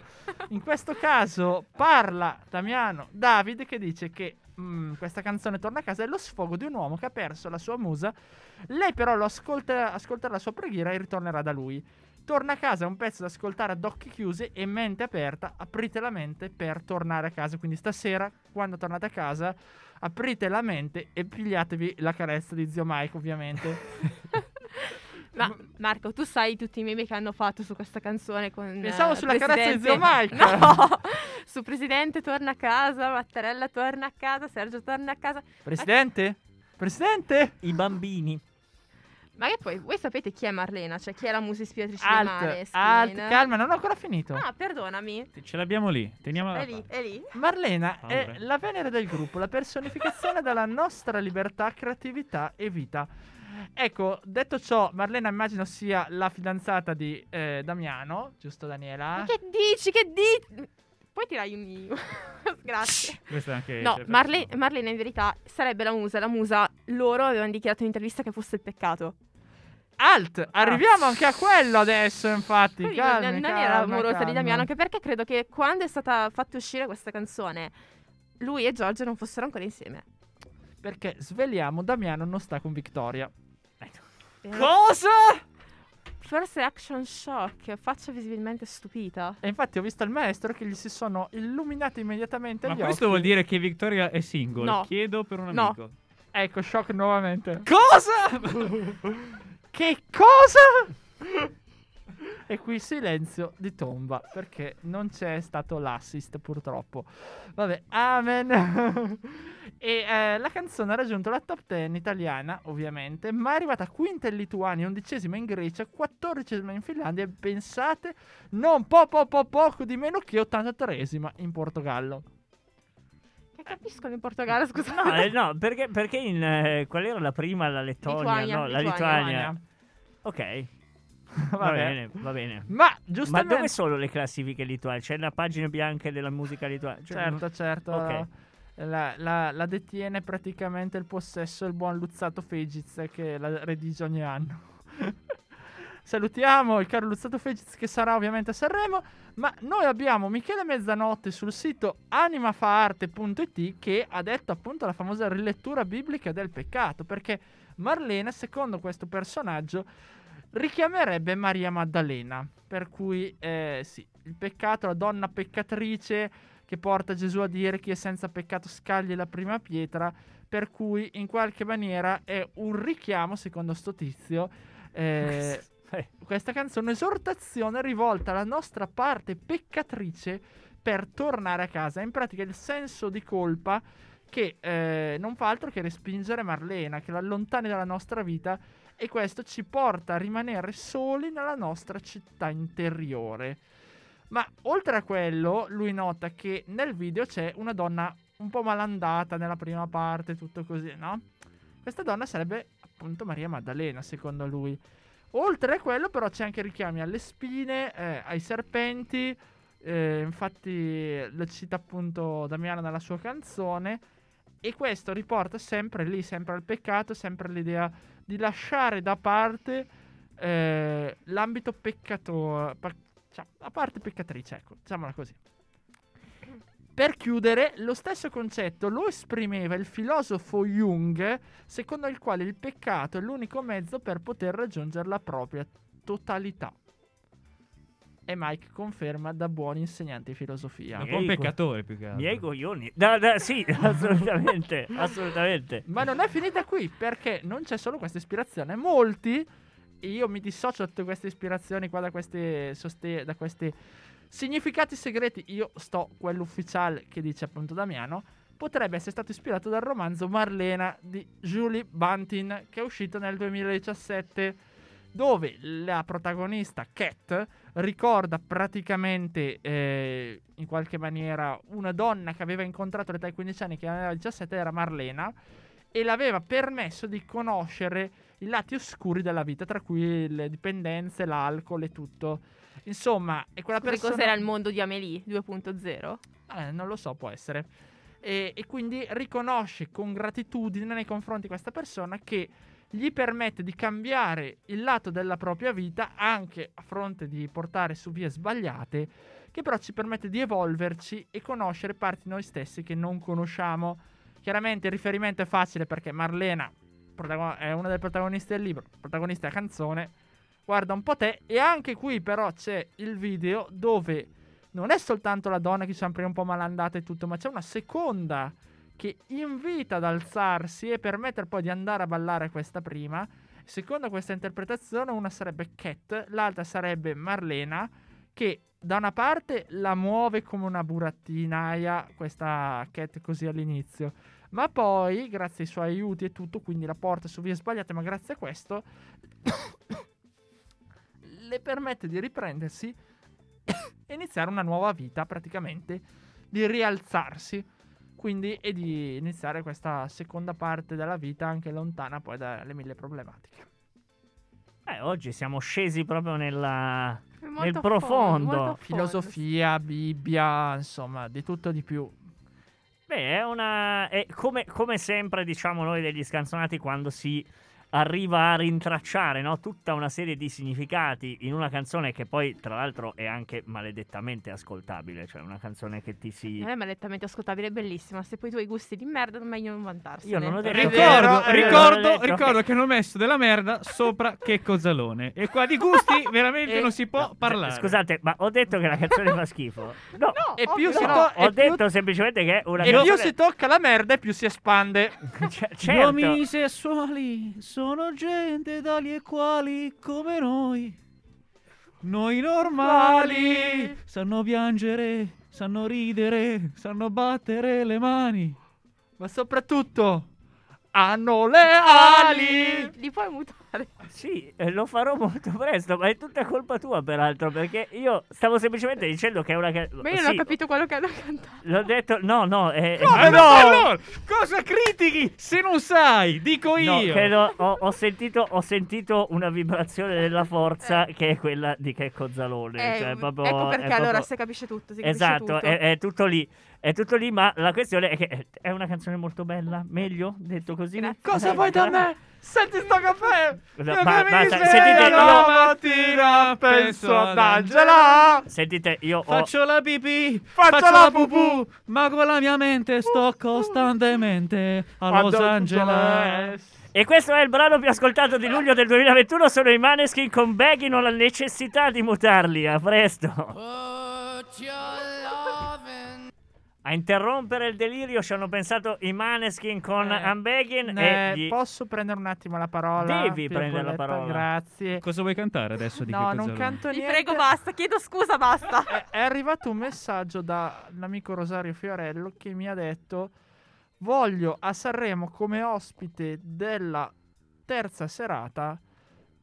S2: in questo caso parla Damiano David che dice che mm, questa canzone Torna a casa è lo sfogo di un uomo che ha perso la sua musa. Lei però lo ascolta, ascolterà la sua preghiera e ritornerà da lui. Torna a casa è un pezzo da ascoltare ad occhi chiusi e mente aperta. Aprite la mente per tornare a casa. Quindi stasera, quando tornate a casa, aprite la mente e pigliatevi la carezza di zio Mike, ovviamente.
S4: Ma Marco, tu sai tutti i meme che hanno fatto su questa canzone con
S2: Pensavo
S4: eh,
S2: sulla carezza di zio
S4: Presidente-
S2: Mike.
S4: No! <laughs> Su Presidente torna a casa, Mattarella torna a casa, Sergio torna a casa.
S2: Presidente? Presidente?
S1: I bambini.
S4: Ma che poi voi sapete chi è Marlena, cioè chi è la musa ispiratrice di
S2: Alt,
S4: Maneskin?
S2: alt, calma, non ho ancora finito.
S4: Ah, perdonami.
S3: Ce l'abbiamo lì, teniamola.
S4: È
S3: da
S4: lì,
S3: parte.
S4: è lì.
S2: Marlena è
S3: Paura.
S2: la venere del gruppo, la
S3: <laughs>
S2: personificazione della nostra libertà, creatività e vita. Ecco, detto ciò, Marlena immagino sia la fidanzata di eh, Damiano, giusto Daniela?
S4: Ma che dici? Che dici? Poi tirai un io. <laughs> Grazie.
S3: Questo è anche.
S4: No,
S3: cioè,
S4: Marle-
S3: per-
S4: Marlena in verità sarebbe la musa. La musa, loro avevano dichiarato in intervista che fosse il peccato.
S2: Alt, arriviamo anche a quello adesso, infatti.
S4: Ah. Quindi
S2: calmi,
S4: non, non
S2: calma,
S4: era amorosa
S2: calma.
S4: di Damiano, anche perché credo che quando è stata fatta uscire questa canzone, lui e Giorgio non fossero ancora insieme.
S2: Perché sveliamo, Damiano non sta con Victoria.
S4: Era-
S3: Cosa?
S4: Eh, First action shock, faccia visibilmente stupita.
S2: E infatti ho visto il maestro che gli si sono illuminati immediatamente
S3: Ma
S2: gli
S3: questo
S2: occhi.
S3: vuol dire che Victoria è single.
S4: No.
S3: Chiedo per un
S4: No.
S3: amico.
S2: Ecco, shock nuovamente.
S3: Cosa?
S2: <laughs> Che cosa? e qui silenzio di tomba perché non c'è stato l'assist purtroppo. Vabbè, amen. <laughs> e eh, la canzone ha raggiunto la top 10 italiana, ovviamente, ma è arrivata quinta in Lituania, undicesima in Grecia, quattordicesima in Finlandia e pensate, non po po po poco di meno che 83esima in Portogallo.
S4: Che capiscono in Portogallo, scusate.
S1: No, eh, no, perché, perché in, eh, qual era la prima? La Lettonia,
S4: Lituania,
S1: no? La
S4: Lituania.
S1: Lituania. Ok,
S2: <laughs> Vabbè.
S1: va bene, va bene.
S2: Ma
S1: Ma
S2: giustamente
S1: dove sono le classifiche lituane? C'è la pagina bianca della musica lituana? Cioè,
S2: Certo, certo.
S1: Ok.
S2: La, la- la detiene praticamente il possesso il buon Luzzato Fegiz che la redige ogni anno. <laughs> Salutiamo il caro Luzzato Fegiz che sarà ovviamente a Sanremo, ma noi abbiamo Michele Mezzanotte sul sito animafaarte.it che ha detto appunto la famosa rilettura biblica del peccato, perché Marlena, secondo questo personaggio, richiamerebbe Maria Maddalena, per cui eh, sì, il peccato, la donna peccatrice, che porta Gesù a dire chi è senza peccato scagli la prima pietra, per cui in qualche maniera è un richiamo, secondo sto tizio,
S1: <laughs>
S2: eh,
S1: eh,
S2: questa canzone, esortazione rivolta alla nostra parte peccatrice per tornare a casa, in pratica il senso di colpa che eh, non fa altro che respingere Marlena, che la allontani dalla nostra vita e questo ci porta a rimanere soli nella nostra città interiore. Ma oltre a quello, lui nota che nel video c'è una donna un po' malandata nella prima parte, tutto così, no? Questa donna sarebbe appunto Maria Maddalena, secondo lui. Oltre a quello, però, c'è anche richiami alle spine, eh, ai serpenti. eh, infatti, lo cita appunto Damiano nella sua canzone. E questo riporta sempre lì, sempre al peccato, sempre all'idea di lasciare da parte eh, l'ambito peccato. pa- cioè, la parte peccatrice, ecco, diciamola così. Per chiudere, lo stesso concetto lo esprimeva il filosofo Jung, secondo il quale il peccato è l'unico mezzo per poter raggiungere la propria totalità. E Mike conferma da buon insegnante di filosofia.
S1: Mi-
S3: Un
S1: Miei co-
S3: peccatore più che altro.
S1: miei coglioni. Da, da, sì, <laughs> assolutamente, assolutamente.
S2: Ma non è finita qui perché non c'è solo questa ispirazione. Molti, e io mi dissocio da tutte queste ispirazioni qua, da queste soste- da questi significati segreti. Io sto quello ufficiale che dice appunto Damiano. Potrebbe essere stato ispirato dal romanzo Marlena di Julie Bunting che è uscito nel 2017, dove la protagonista Cat ricorda praticamente eh, in qualche maniera una donna che aveva incontrato all'età di 15 anni, che aveva 17, era Marlena, e le aveva permesso di conoscere i lati oscuri della vita, tra cui le dipendenze, l'alcol e tutto. Insomma, è quella
S4: Perché
S2: persona...
S4: cos'era il mondo di Amelie 2.0?
S2: Eh, non lo so, può essere. E, e quindi riconosce con gratitudine nei confronti di questa persona che gli permette di cambiare il lato della propria vita anche a fronte di portare su vie sbagliate, che però ci permette di evolverci e conoscere parti di noi stessi che non conosciamo. Chiaramente il riferimento è facile perché Marlena protago- è una delle protagoniste del libro, protagonista della canzone. Guarda un po' te. E anche qui però c'è il video dove non è soltanto la donna che ci prima un po' malandata e tutto, ma c'è una seconda che invita ad alzarsi e permettere poi di andare a ballare questa prima. Secondo questa interpretazione, una sarebbe Cat, l'altra sarebbe Marlena, che da una parte la muove come una burattinaia, questa Cat così all'inizio, ma poi, grazie ai suoi aiuti e tutto, quindi la porta su vie sbagliate, ma grazie a questo, <coughs> le permette di riprendersi <coughs> e iniziare una nuova vita praticamente, di rialzarsi quindi e di iniziare questa seconda parte della vita anche lontana poi dalle mille problematiche.
S1: Eh, oggi siamo scesi proprio nella...
S4: Il molto
S1: Nel
S4: a
S1: profondo.
S4: fondo, molto a fondo.
S2: Filosofia, Bibbia, insomma, di tutto di più.
S1: Beh, è una. è come, come sempre, diciamo noi degli scanzonati, quando si arriva a rintracciare no, tutta una serie di significati in una canzone che poi, tra l'altro, è anche maledettamente ascoltabile. Cioè, una canzone che ti si.
S4: Non è malettamente ascoltabile, è bellissima. Se poi tu hai gusti di merda, meglio non vantarsene.
S1: Io non ho detto- È vero,
S3: Ricordo,
S1: è vero, l'ho
S3: ricordo,
S1: detto.
S3: ricordo che hanno messo della merda sopra che cozzalone. E qua di gusti veramente
S4: Eh,
S3: non si può
S1: No,
S3: parlare.
S1: cioè, Scusate, ma ho detto che la canzone fa schifo. No,
S4: No,
S2: E più
S4: ovvio
S2: si
S4: no.
S2: to-
S1: ho
S2: e più-
S1: detto semplicemente che è una
S2: E più
S1: canzone.
S2: si tocca la merda e più si espande.
S1: <laughs> Cioè,
S3: Gli
S1: certo.
S3: uomini sessuali sono gente tali e quali come noi. Noi normali sanno piangere, sanno ridere, sanno battere le mani.
S2: Ma soprattutto hanno le ali.
S4: Li puoi mutare.
S1: Sì, eh, lo farò <laughs> molto presto, ma è tutta colpa tua, peraltro, perché io stavo semplicemente dicendo che è una canzone.
S4: Ma io non ho capito quello che hanno cantato.
S1: L'ho detto, no, Ah, no, eh, è,
S3: Ma
S1: è-
S3: allora, Eh cosa critichi se non sai? Dico
S1: No,
S3: io.
S1: credo- ho, ho sentito, ho sentito una vibrazione della forza che è quella di Checco Zalone.
S4: Eh,
S1: cioè, proprio-
S4: ecco
S1: è
S4: perché
S1: proprio-
S4: allora si capisce tutto. Si capisce
S1: Esatto,
S4: tutto.
S1: è, è tutto lì, è tutto lì, ma la questione è che è- è una canzone molto bella, meglio detto così. Eh,
S4: Grazie.
S2: Cosa vuoi da me? Senti sto caffè.
S1: No,
S2: Io
S1: ma-
S2: che mi
S1: basta,
S2: sveglio
S1: sentite, io-
S2: la mattina penso ad Angela.
S1: Sentite, io ho...
S3: Faccio la pipì,
S2: Faccio
S3: faccio
S2: la
S3: la pupù, ma con la mia mente sto costantemente a Los Angeles.
S1: E questo è il brano più ascoltato di luglio del 2021, sono i Maneskin con Baggy, non la necessità di mutarli, a presto. A interrompere il delirio ci hanno pensato i Maneskin con
S2: Eh,
S1: Unbeggin
S2: Eh,
S1: e gli...
S2: Posso prendere un attimo la parola?
S1: Devi prendere la
S2: Virgoletta,
S1: parola.
S2: Grazie.
S3: Cosa vuoi cantare adesso di
S2: No,
S3: Checco
S2: non
S3: Zalone?
S2: canto
S4: Vi
S2: niente.
S4: prego, basta. Chiedo scusa, basta.
S2: È- È arrivato un messaggio dall'amico Rosario Fiorello che mi ha detto voglio a Sanremo come ospite della terza serata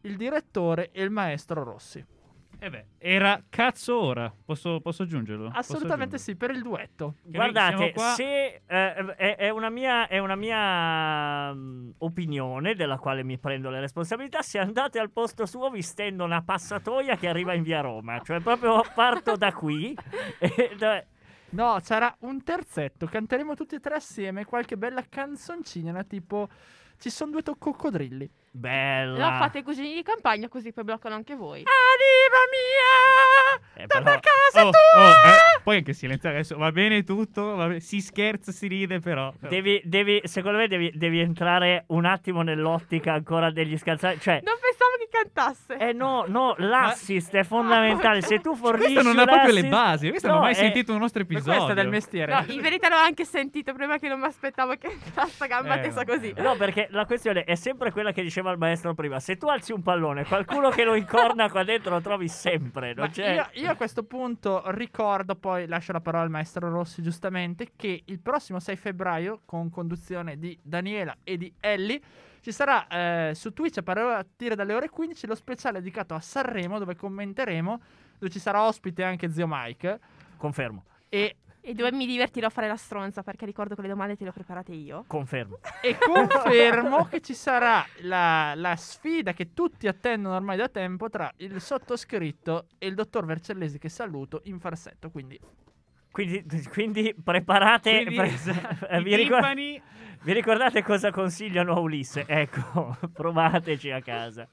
S2: il direttore e il maestro Rossi.
S3: Eh beh, era cazzo ora. Posso, posso aggiungerlo?
S2: Assolutamente
S3: Posso
S2: sì, per il duetto.
S3: aggiungerlo? Che noi
S1: Guardate,
S3: siamo qua-
S1: se, eh, è, è una mia, è una mia mm, opinione, della quale mi prendo le responsabilità, se andate al posto suo vi stendo una passatoia che arriva in via Roma. Cioè proprio parto da
S3: <laughs>
S1: qui. <laughs> e- da-
S2: No, c'era un terzetto, canteremo tutti e tre assieme qualche bella canzoncina tipo ci sono due to- coccodrilli.
S1: Bella.
S4: Lo fate i cugini di campagna, così poi bloccano anche voi.
S2: Anima mia!
S1: Eh,
S2: Torna
S1: però-
S2: a casa
S3: Oh,
S2: tua!
S3: oh, eh, poi anche silenziare adesso. Va bene tutto, va bene- si scherza, si ride però.
S1: Devi, devi- secondo me devi, devi entrare un attimo nell'ottica ancora degli scalzati. Cioè,
S4: Non pensavo che cantasse.
S1: eh no, no, l'assist è fondamentale. Se tu
S3: <laughs>
S1: fornisci
S3: Questo non ha
S1: un
S3: proprio le
S1: assist-
S3: basi. Questo non ho
S1: No,
S3: mai
S1: è-
S3: sentito un nostro
S2: Ma
S3: episodio.
S2: questo è del mestiere.
S4: No, in verità l'ho anche sentito. Il problema è che non mi aspettavo che entrasse a gamba
S3: Eh,
S4: tesa
S3: vabbè,
S4: così.
S1: No, perché la questione è sempre quella che diceva il maestro prima. Se tu alzi un pallone, qualcuno che lo incorna qua dentro lo trovi sempre.
S2: Ma
S1: Non c'è...
S2: io, io a questo punto ricordo, poi lascio la parola al maestro Rossi giustamente, che il prossimo 6 febbraio, con conduzione di Daniela e di Ellie, ci sarà eh, su Twitch a partire dalle ore 15 lo speciale dedicato a Sanremo, dove commenteremo, dove ci sarà ospite anche zio Mike.
S1: Confermo,
S2: E,
S4: E dove mi divertirò a fare la stronza, perché ricordo che le domande te le ho preparate io.
S1: confermo. <laughs>
S2: e confermo che ci sarà la, la sfida che tutti attendono ormai da tempo tra il sottoscritto e il dottor Vercellesi, che saluto in farsetto. Quindi
S1: Quindi, quindi preparate...
S3: Quindi,
S1: pre-
S3: esatto,
S1: Eh, vi,
S3: <laughs> i
S1: ricor-
S3: timpani-
S1: vi ricordate cosa consigliano a Ulisse? Ecco, <laughs> provateci a casa.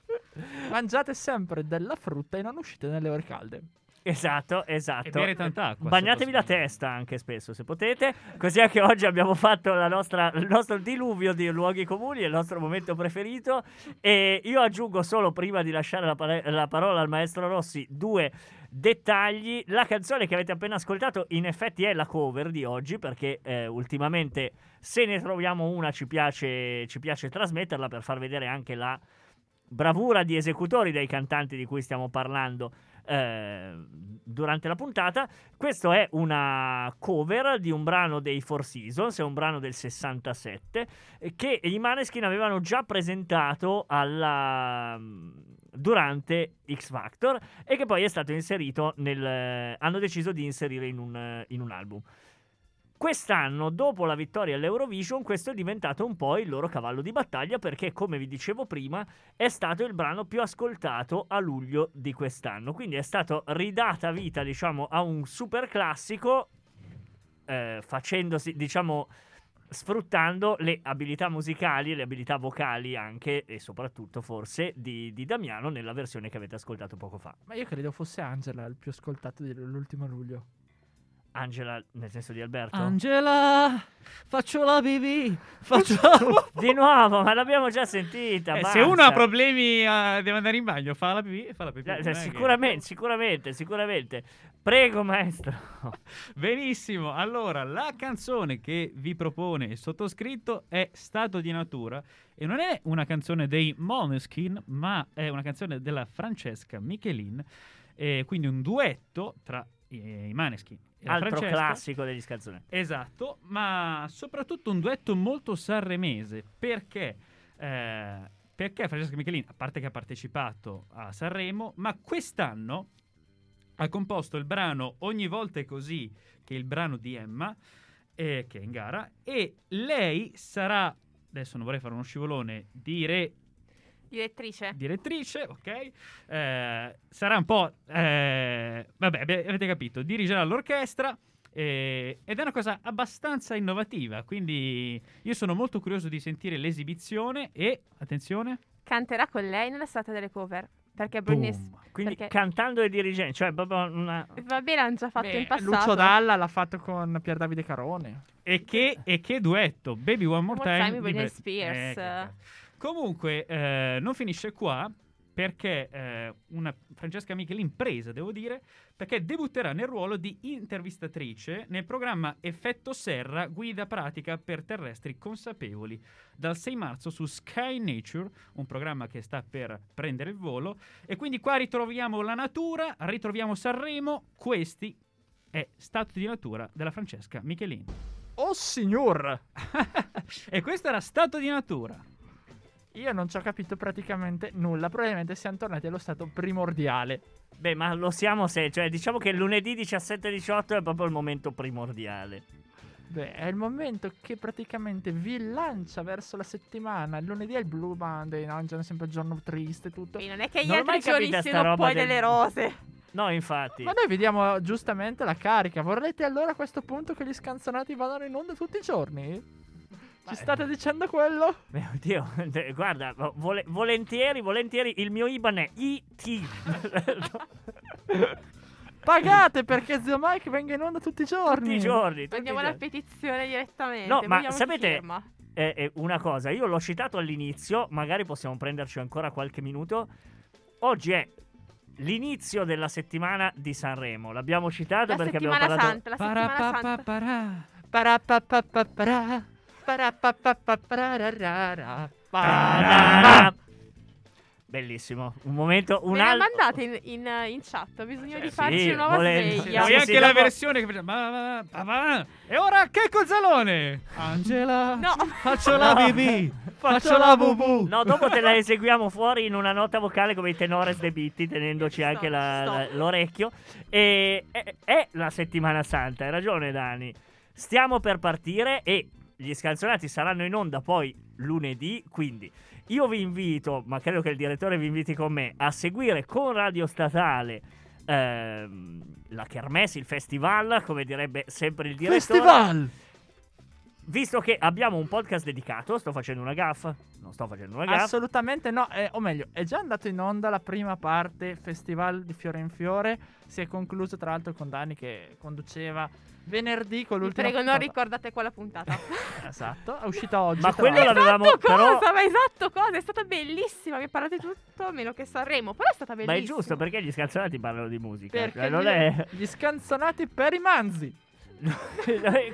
S2: Mangiate sempre della frutta e non uscite nelle ore calde.
S1: Esatto, esatto.
S3: E bere tanta acqua, se
S1: Bagnatevi la
S3: possibile.
S1: testa anche spesso, se potete. Così anche oggi abbiamo fatto la nostra- il nostro diluvio di luoghi comuni, il nostro momento preferito. E io aggiungo solo, prima di lasciare la, pare- la parola al maestro Rossi, due dettagli. La canzone che avete appena ascoltato, in effetti, è la cover di oggi, perché eh, ultimamente se ne troviamo una ci piace, ci piace trasmetterla per far vedere anche la bravura di esecutori dei cantanti di cui stiamo parlando eh, durante la puntata. Questa è una cover di un brano dei Four Seasons, è un brano del 67, eh, che i Maneskin avevano già presentato alla- mm, durante X Factor e eh, che poi è stato inserito nel... hanno deciso di inserire in un, in un eh, album. Quest'anno, dopo la vittoria all'Eurovision, questo è diventato un po' il loro cavallo di battaglia perché, come vi dicevo prima, è stato il brano più ascoltato a luglio di quest'anno. Quindi è stata ridata vita, diciamo, a un super classico eh, facendosi, diciamo, sfruttando le abilità musicali e le abilità vocali anche e soprattutto forse di, di Damiano nella versione che avete ascoltato poco fa.
S2: Ma io credo fosse Angela il più ascoltato dell'ultimo luglio.
S1: Angela, nel senso di Alberto.
S3: Angela, faccio la BB, <laughs> faccio...
S1: di nuovo, ma l'abbiamo già sentita.
S3: Eh, se
S1: basta.
S3: uno ha problemi, eh, deve andare in bagno, fa la BB e fa la BB.
S1: Eh,
S3: non è che-
S1: sicuramente, sicuramente, sicuramente. Prego, maestro.
S3: Eh, Benissimo, allora la canzone che vi propone il sottoscritto è Stato di Natura e non è una canzone dei Moneskin, ma è una canzone della Francesca Michelin, eh, quindi un duetto tra eh, i Maneskin e la
S1: Altro
S3: Francesca.
S1: classico degli scanzoni.
S3: Esatto, ma soprattutto un duetto molto sanremese perché, eh, perché Francesca Michelin, a parte che ha partecipato a Sanremo, ma quest'anno ha composto il brano Ogni volta è così, che è il brano di Emma, eh, che è in gara, e lei sarà, adesso non vorrei fare uno scivolone, dire
S4: Direttrice.
S3: direttrice, ok? Eh, sarà un po'... eh, vabbè, abbi- avete capito, dirigerà l'orchestra eh, ed è una cosa abbastanza innovativa, quindi io sono molto curioso di sentire l'esibizione e, attenzione,
S4: Canterà con lei nella serata delle cover. Perché Britney...
S3: boom.
S1: Quindi
S4: Perché-
S1: cantando e dirigendo, cioè proprio una...
S4: Va bene, l'hanno già fatto
S2: Beh,
S4: in passato.
S2: Lucio Dalla l'ha fatto con Pier Davide Carone.
S3: E che, e che duetto, Baby One More
S4: One More
S3: Time,
S4: Time,
S3: di
S4: Britney
S3: Britney.
S4: Spears.
S3: che cazzo. ecco. Comunque, eh, non finisce qua perché eh, una Francesca Michelin presa, devo dire, perché debutterà nel ruolo di intervistatrice nel programma Effetto Serra, guida pratica per terrestri consapevoli, dal 6 marzo su Sky Nature, un programma che sta per prendere il volo. E quindi qua ritroviamo la natura, ritroviamo Sanremo, questi è Stato di Natura della Francesca Michelin.
S2: Oh signor!
S3: <laughs> e questo era stato di natura.
S2: Io non ci ho capito praticamente nulla. Probabilmente siamo tornati allo stato primordiale.
S1: Beh, ma lo siamo se... Cioè, diciamo che lunedì 17-18 è proprio il momento primordiale.
S2: Beh, è il momento che praticamente vi lancia verso la settimana. Il lunedì è il Blue Monday, no? In genere è sempre il giorno triste e tutto.
S4: Quindi non è che gli
S1: Non ho mai
S4: altri giorni
S1: capita sta
S4: siano
S1: roba
S4: poi
S1: del-
S4: delle rose.
S1: No, infatti.
S2: Ma noi vediamo giustamente la carica. Vorrete allora a questo punto che gli scanzonati vadano in onda tutti i giorni? Ci state dicendo quello?
S1: Beh, <laughs> oddio, cioè, guarda, vole- volentieri, volentieri, il mio IBAN è IT.
S2: Pagate perché zio Mike venga in onda tutti i giorni.
S1: <laughs> tutti i giorni. tutti i
S4: Mandiamo Mm. la
S1: giorni.
S4: petizione direttamente.
S1: No, ma
S4: vogliamo chi
S1: sapete-
S4: firma.
S1: Eh, eh, una cosa, io l'ho citato all'inizio, magari possiamo prenderci ancora qualche minuto. Oggi è l'inizio della settimana di Sanremo. L'abbiamo citato
S4: La
S1: perché abbiamo
S4: settimana
S1: parlato
S4: santa, la settimana santa.
S3: Parapapaparà.
S2: Parapapapaparà, parapapapapararara,
S1: Tarara. Bellissimo, un momento, un
S4: Me la
S1: altro.
S4: mandate in, in- in chat, ho bisogno
S3: Cioè,
S4: di
S3: sì,
S4: farci una nuova
S1: volendo.
S4: sveglia.
S3: Poi
S1: Sì,
S3: anche
S1: sì,
S3: la
S1: dopo-
S3: versione che faceva. ma- ma- ma- ma- ma- E ora che cozzalone? <laughs> Angela,
S4: No,
S3: faccio la
S1: No.
S3: BB, <laughs> faccio la BB.
S1: No, dopo te
S3: <laughs>
S1: la eseguiamo fuori in una nota vocale come i tenores dei bitti, tenendoci
S4: Ci sto,
S1: anche la-
S4: ci
S1: la-
S4: sto.
S1: l'orecchio. E è, è la settimana santa, hai ragione Dani. Stiamo per partire e gli scanzonati saranno in onda poi lunedì, quindi io vi invito, ma credo che il direttore vi inviti con me, a seguire con Radio Statale ehm, la Kermesse, il festival, come direbbe sempre il direttore.
S2: Festival!
S1: Visto che abbiamo un podcast dedicato, sto facendo una gaffa, non sto facendo una gaffa.
S2: Assolutamente no, eh, o meglio, è già andato in onda la prima parte Festival di Fiore in Fiore, si è concluso tra l'altro con Dani che conduceva venerdì con
S4: vi
S2: l'ultima
S4: prego, non
S2: puntata.
S4: ricordate quella puntata.
S2: Esatto, è uscita oggi.
S1: Ma <laughs>
S2: tra
S1: quello
S2: l'altro.
S1: l'avevamo
S4: esatto
S1: però
S4: cosa, ma esatto cosa, è stata bellissima, mi parlate di tutto, meno che Sanremo, però è stata
S1: Ma
S4: bellissima.
S1: è giusto perché eh, gli scanzonati parlano di musica.
S2: Perché
S1: cioè, non
S2: gli,
S1: è... <laughs>
S2: gli scanzonati per i manzi.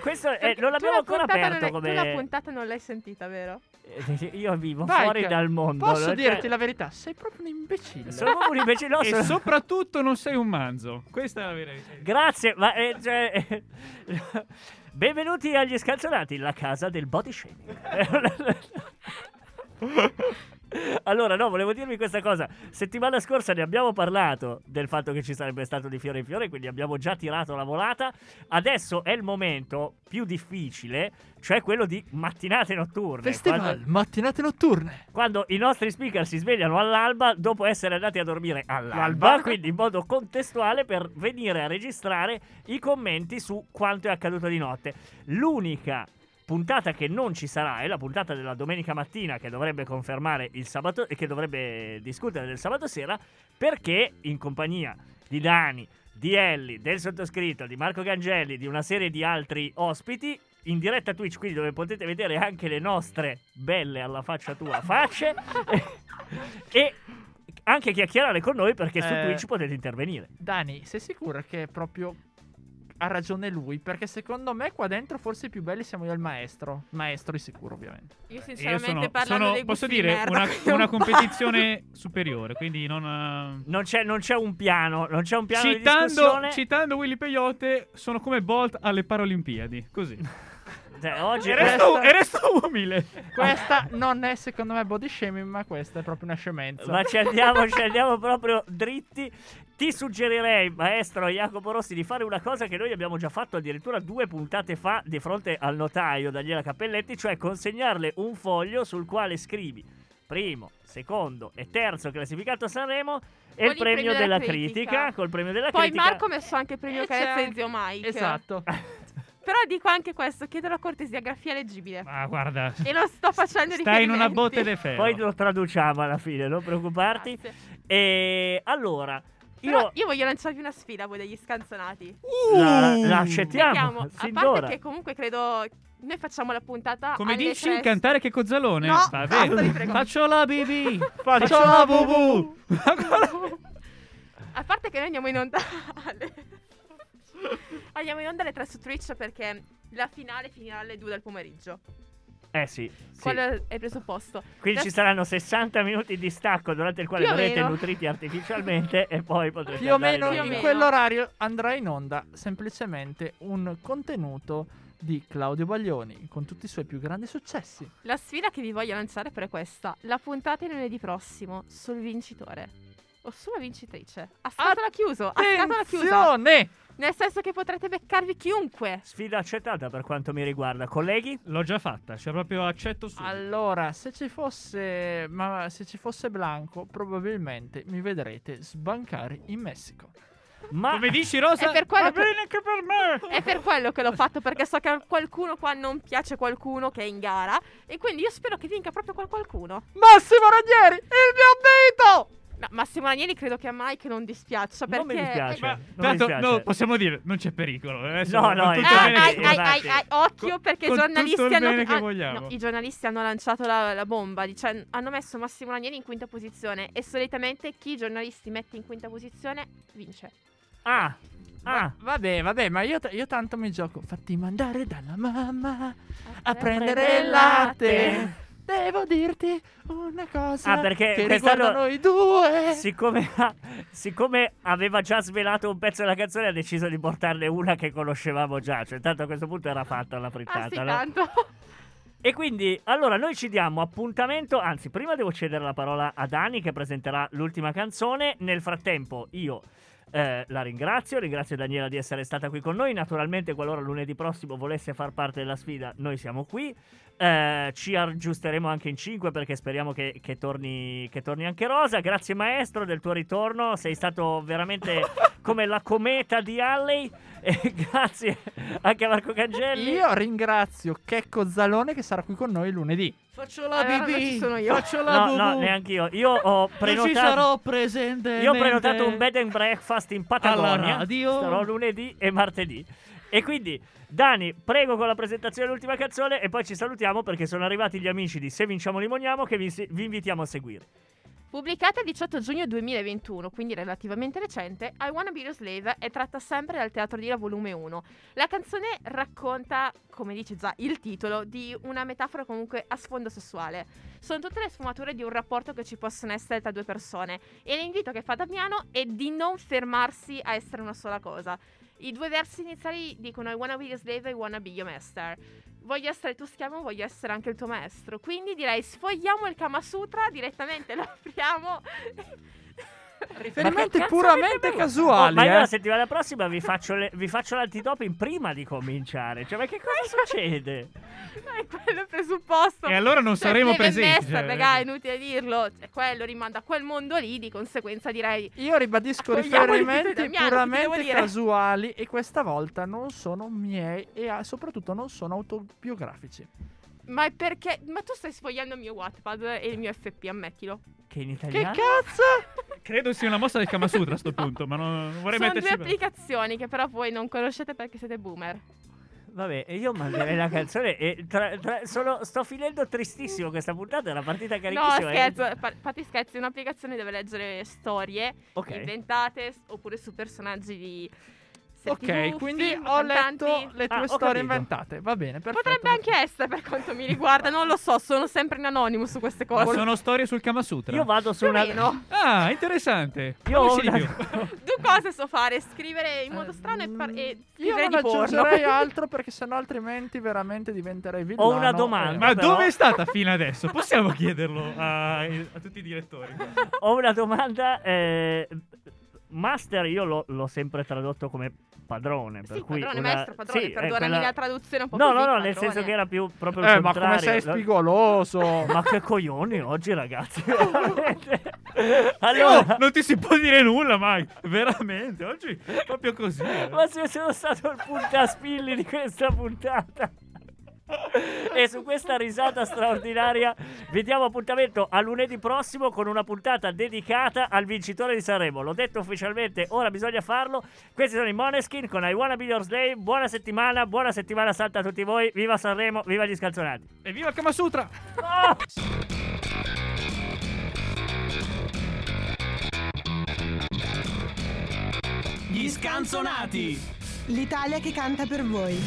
S1: Questo è-
S4: Perché
S1: non
S4: tu
S1: l'abbiamo
S4: la
S1: ancora
S4: puntata
S1: aperto
S4: non l'hai- Tu
S1: <laughs>
S4: la
S1: come.
S4: puntata non l'hai sentita, vero?
S1: Io vivo
S2: Vai,
S1: fuori
S2: che-
S1: dal mondo.
S2: Posso
S1: cioè,
S2: dirti la verità, sei proprio un imbecille.
S1: Sono proprio un imbecille- no,
S3: E
S2: <laughs>
S1: sono-
S3: soprattutto non sei un manzo. Questa è la vera verità.
S1: Grazie, ma. eh, cioè, <laughs> eh, Benvenuti agli scanzonati, la casa del body shaming. <laughs> Allora, no, volevo dirvi questa cosa. Settimana scorsa ne abbiamo parlato del fatto che ci sarebbe stato di fiore in fiore, quindi abbiamo già tirato la volata. Adesso è il momento più difficile, cioè quello di mattinate notturne.
S2: Festival,
S1: Quando,
S2: mattinate notturne.
S1: quando i nostri speaker si svegliano all'alba dopo essere andati a dormire all'alba,
S2: L'alba.
S1: quindi in modo contestuale per venire a registrare i commenti su quanto è accaduto di notte. L'unica puntata che non ci sarà è la puntata della domenica mattina che dovrebbe confermare il sabato e che dovrebbe discutere del sabato sera perché in compagnia di Dani, di Elli, del sottoscritto, di Marco Gangelli, di una serie di altri ospiti in diretta Twitch, quindi dove potete vedere anche le nostre belle alla faccia tua facce <laughs> e anche chiacchierare con noi perché su
S2: Eh,
S1: Twitch potete intervenire.
S2: Dani, sei sicuro che proprio ha ragione lui? Perché secondo me qua dentro forse i più belli siamo io e il maestro. Maestro di sicuro, ovviamente.
S3: Eh,
S4: Io
S3: Io
S4: sinceramente
S3: sono,
S4: parlando
S3: sono-
S4: dei
S3: posso
S4: gusti di
S3: dire,
S4: merda, <laughs>
S3: una,
S1: <laughs>
S4: che
S3: una
S4: un po'-
S3: competizione superiore, quindi non... eh,
S1: Non c'è, non c'è un piano, non c'è un piano di
S3: Citando,
S1: discussione.
S3: citando Willy Peyote, sono come
S1: <laughs>
S3: Bolt alle Paralimpiadi, così.
S1: Cioè, oggi
S3: E resto,
S2: resta-
S3: e resto umile.
S2: <laughs> Questa non è secondo me body shaming, ma questa è proprio una scemenza.
S1: Ma ci andiamo, ci andiamo proprio dritti. Ti suggerirei, maestro Jacopo Rossi, di fare una cosa che noi abbiamo già fatto addirittura due puntate fa di fronte al notaio Daniela Cappelletti, cioè consegnarle un foglio sul quale scrivi primo, secondo e terzo classificato a Sanremo e
S4: Con
S1: il premio della critica. Col premio della
S4: Poi
S1: critica.
S4: Marco ha messo anche il
S3: Eh,
S4: premio
S2: E
S4: carezza
S3: cioè,
S2: c'è-
S4: di zio Mike.
S2: Esatto.
S4: Però dico anche questo, chiedo la cortesia,
S3: <laughs>
S4: grafia leggibile.
S3: Ma guarda,
S4: E non sto facendo
S3: stai in una
S4: riferimenti.
S3: botte di ferro.
S1: Poi lo traduciamo alla fine, non preoccuparti.
S4: Grazie.
S1: E allora,
S4: Però
S1: io
S4: io... voglio lanciarvi una sfida a voi degli scanzonati.
S1: la, la
S4: Vediamo,
S1: accettiamo.
S4: Uh! a
S1: sin
S4: parte
S1: d'ora.
S4: che comunque credo noi facciamo la puntata
S3: Come
S4: alle
S3: dici,
S4: tre- <laughs>
S3: cantare che cozzalone.
S4: No,
S3: Va
S4: basta,
S3: bene.
S4: vi
S3: <laughs>
S4: prego.
S3: Faccio la BB.
S1: Faccio la
S3: bubu.
S4: <laughs> A parte che noi andiamo in onda alle... <laughs> Andiamo in onda alle 3 su Twitch perché la finale finirà alle 2 del pomeriggio.
S1: Eh sì, sì.
S4: Quello è il presupposto.
S1: Quindi ci
S4: Adesso-
S1: saranno 60 minuti di stacco durante il quale
S4: Più o
S1: verrete
S4: meno.
S1: nutriti artificialmente e poi potrete
S2: Più o
S1: andare
S2: meno
S1: in
S4: Più o
S2: in
S1: onda.
S4: meno.
S2: quell'orario andrà in onda semplicemente un contenuto di Claudio Baglioni con tutti i suoi più grandi successi.
S4: La sfida che vi voglio lanciare però è questa. La puntata è lunedì prossimo sul vincitore. O sulla vincitrice. A scatola chiuso, a scatola chiusa.
S2: Attenzione!
S4: Nel senso che potrete beccarvi chiunque.
S1: Sfida accettata per quanto mi riguarda, colleghi.
S3: L'ho già fatta, cioè proprio accetto su.
S2: Allora, se ci fosse. Ma se ci fosse Blanco, probabilmente mi vedrete sbancare in Messico.
S1: Ma
S3: Come dici Rosa?
S4: È per quello
S3: Va
S4: che-
S3: bene anche per me.
S4: È per quello che l'ho fatto, perché so che a qualcuno qua non piace qualcuno che è in gara. E quindi io spero che vinca proprio quel qualcuno.
S2: Massimo Ranieri, il mio dito!
S4: No, Massimo Ranieri credo che a Mike non dispiaccia perché...
S1: non mi dispiace.
S3: Ma
S1: non mi
S3: tanto
S1: dispiace.
S3: no, possiamo dire, non c'è pericolo. eh,
S1: No, no,
S3: con
S4: Eh,
S3: tutto
S1: infatti,
S3: bene
S4: ai,
S3: che-
S4: ai,
S1: guardate.
S4: ai, ai, occhio
S3: Con-
S4: perché
S3: con
S4: i giornalisti
S3: tutto il
S4: hanno
S3: bene che
S4: ah,
S3: vogliamo.
S4: no, i giornalisti hanno lanciato la, la bomba dice, hanno messo Massimo Ranieri in quinta posizione e solitamente chi i giornalisti mette in quinta posizione vince
S1: Ah, ah.
S2: Vabbè, vabbè, ma io, io tanto mi gioco. Fatti mandare dalla mamma a
S4: A prendere
S2: prendere il
S4: il
S2: latte.
S4: latte.
S2: Devo dirti una cosa
S1: Ah, perché
S2: che
S1: quest'anno-
S2: riguarda noi due.
S1: Eh, Siccome, siccome aveva già svelato un pezzo della canzone, ha deciso di portarne una che conoscevamo già. Cioè, tanto a questo punto era fatta la frittata.
S4: ah sì
S1: no?
S4: <laughs> tanto
S1: E quindi, allora, noi ci diamo appuntamento. Anzi, prima devo cedere la parola a Dani che presenterà l'ultima canzone. Nel frattempo, io. eh, la ringrazio, ringrazio Daniela di essere stata qui con noi. Naturalmente, qualora lunedì prossimo volesse far parte della sfida, noi siamo qui. Eh, ci aggiusteremo anche in 5 perché speriamo che, che torni, che torni anche Rosa. Grazie, maestro, del tuo ritorno. Sei stato veramente come la cometa di Alley. E <laughs> grazie anche a Marco Cangelli.
S2: Io ringrazio Checco Zalone che sarà qui con noi lunedì.
S3: Faccio
S4: Eh, Allora, non ci sono io.
S3: Faccio
S1: No, no, neanche io. Io ho prenotato.
S3: presente.
S1: Io ho prenotato un bed and breakfast in Patagonia.
S3: Alla radio.
S1: Sarò lunedì e martedì. E quindi, Dani, prego con la presentazione dell'ultima canzone e poi ci salutiamo perché sono arrivati gli amici di Se Vinciamo Limoniamo che vi, si- vi invitiamo a seguire.
S4: pubblicata il 18 giugno 2021 quindi relativamente recente I Wanna Be Your Slave è tratta sempre dal Teatro di La volume 1 la canzone racconta come dice già il titolo di una metafora comunque a sfondo sessuale sono tutte le sfumature di un rapporto che ci possono essere tra due persone e l'invito che fa Damiano è di non fermarsi a essere una sola cosa. I due versi iniziali dicono I wanna be your slave, I wanna be your master. voglio essere il tuo schiavo, voglio essere anche il tuo maestro. Quindi direi sfogliamo il Kama Sutra, direttamente lo <laughs> apriamo.
S6: Riferimenti
S4: Ma che cazzo avete
S6: puramente
S4: bevuto?
S1: Oh,
S6: casuali.
S1: ma io
S6: eh.
S1: la settimana prossima vi faccio, le- vi faccio l'antidoping prima di cominciare. Cioè, ma che cosa succede?
S4: <laughs> Ma è quello il presupposto.
S3: E allora non
S4: Cioè,
S3: saremo
S4: Cleven
S3: presenti.
S4: Mester,
S3: cioè,
S4: raga, è inutile dirlo. Cioè, quello rimanda a quel mondo lì, di conseguenza direi
S2: Io ribadisco
S4: Accogliamo il
S2: riferimenti
S4: Damiano, ti devo
S2: puramente
S4: dire.
S2: casuali e questa volta non sono miei e ah, soprattutto non sono autobiografici.
S4: Ma è perché? Ma tu stai sfogliando il mio Wattpad e il mio FP, ammettilo.
S1: Che in
S2: Che
S1: italiano.
S2: cazzo?
S3: <laughs> Credo sia una mossa del Kamasutra a sto punto, ma non, non vorrei
S4: Sono due
S3: metterci.
S4: applicazioni che però voi non conoscete perché siete boomer.
S1: Vabbè, io manderei la canzone. E tra- tra- sono- sto finendo tristissimo questa puntata. È una partita
S4: No,
S1: carichissima. eh.
S4: scherzo, pa- fatti scherzi, è un'applicazione dove leggere storie
S1: Ok.
S4: inventate s- oppure su personaggi di serie
S2: Ok,
S4: TV,
S2: quindi
S4: film,
S2: ho
S4: cantanti.
S2: letto le
S1: Ah,
S2: tue
S1: ho
S2: storie
S1: capito.
S2: inventate. Va bene, perfetto.
S4: Potrebbe anche essere per quanto mi riguarda, non lo so, sono sempre in anonimo su queste
S3: Ma
S4: cose.
S3: sono storie sul Kamasutra.
S1: Io vado su
S4: Più o
S1: una. <laughs>
S4: meno.
S3: Ah, interessante.
S1: Io <laughs> ho
S3: Fammici di
S1: una-
S3: più.
S4: Due cose so fare, scrivere in modo strano e, par-
S2: Eh,
S4: e
S2: mm, Ehm, Io
S4: scrivere
S2: non
S4: di porno. <laughs>
S2: aggiungerei altro perché sennò altrimenti veramente diventerei villano.
S1: una
S2: eh.
S1: domanda.
S3: Ma
S1: Però-
S3: dove è stata fino adesso? Possiamo chiederlo a, a tutti i direttori.
S1: <laughs> Ho una domanda. eh, master, io l'ho, l'ho sempre tradotto come padrone. Per
S4: Sì,
S1: cui
S4: padrone,
S1: una-
S4: maestro, padrone,
S1: sì, eh,
S4: perdonami
S1: quella-
S4: la traduzione un po'
S1: No,
S4: così,
S1: no, no, nel
S4: padrone.
S1: senso che era più proprio il
S2: Eh, ma come
S1: contrario.
S2: sei
S1: Lo-
S2: spigoloso?
S1: Ma che coglioni oggi,
S4: <laughs>
S1: ragazzi. veramente.
S3: Oh,
S1: allora,
S3: non ti si può dire nulla, Mike.
S2: É
S3: Veramente, oggi è proprio così. eh.
S2: né?
S1: ma se sono stato il puntaspilli di questa puntata. E su questa risata straordinaria vi diamo appuntamento a lunedì prossimo con una puntata dedicata al vincitore di Sanremo. L'ho detto ufficialmente, ora bisogna farlo. Questi sono i Moneskin con I Wanna Be Your Slave. Buona settimana, buona settimana santa a tutti voi. Viva Sanremo, viva gli scalzonati.
S3: Evviva il Kamasutra!
S6: Gli scanzonati.
S7: L'Italia che canta per voi.